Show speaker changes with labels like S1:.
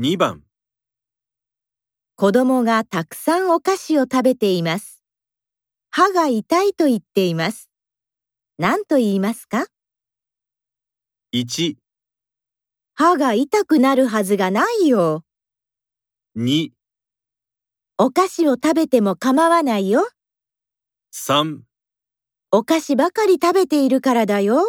S1: 2番、
S2: 子供がたくさんお菓子を食べています。歯が痛いと言っています。何と言いますか
S1: 1、
S2: 歯が痛くなるはずがないよ。
S1: 2、
S2: お菓子を食べても構わないよ。
S1: 3
S2: お菓子ばかり食べているからだよ。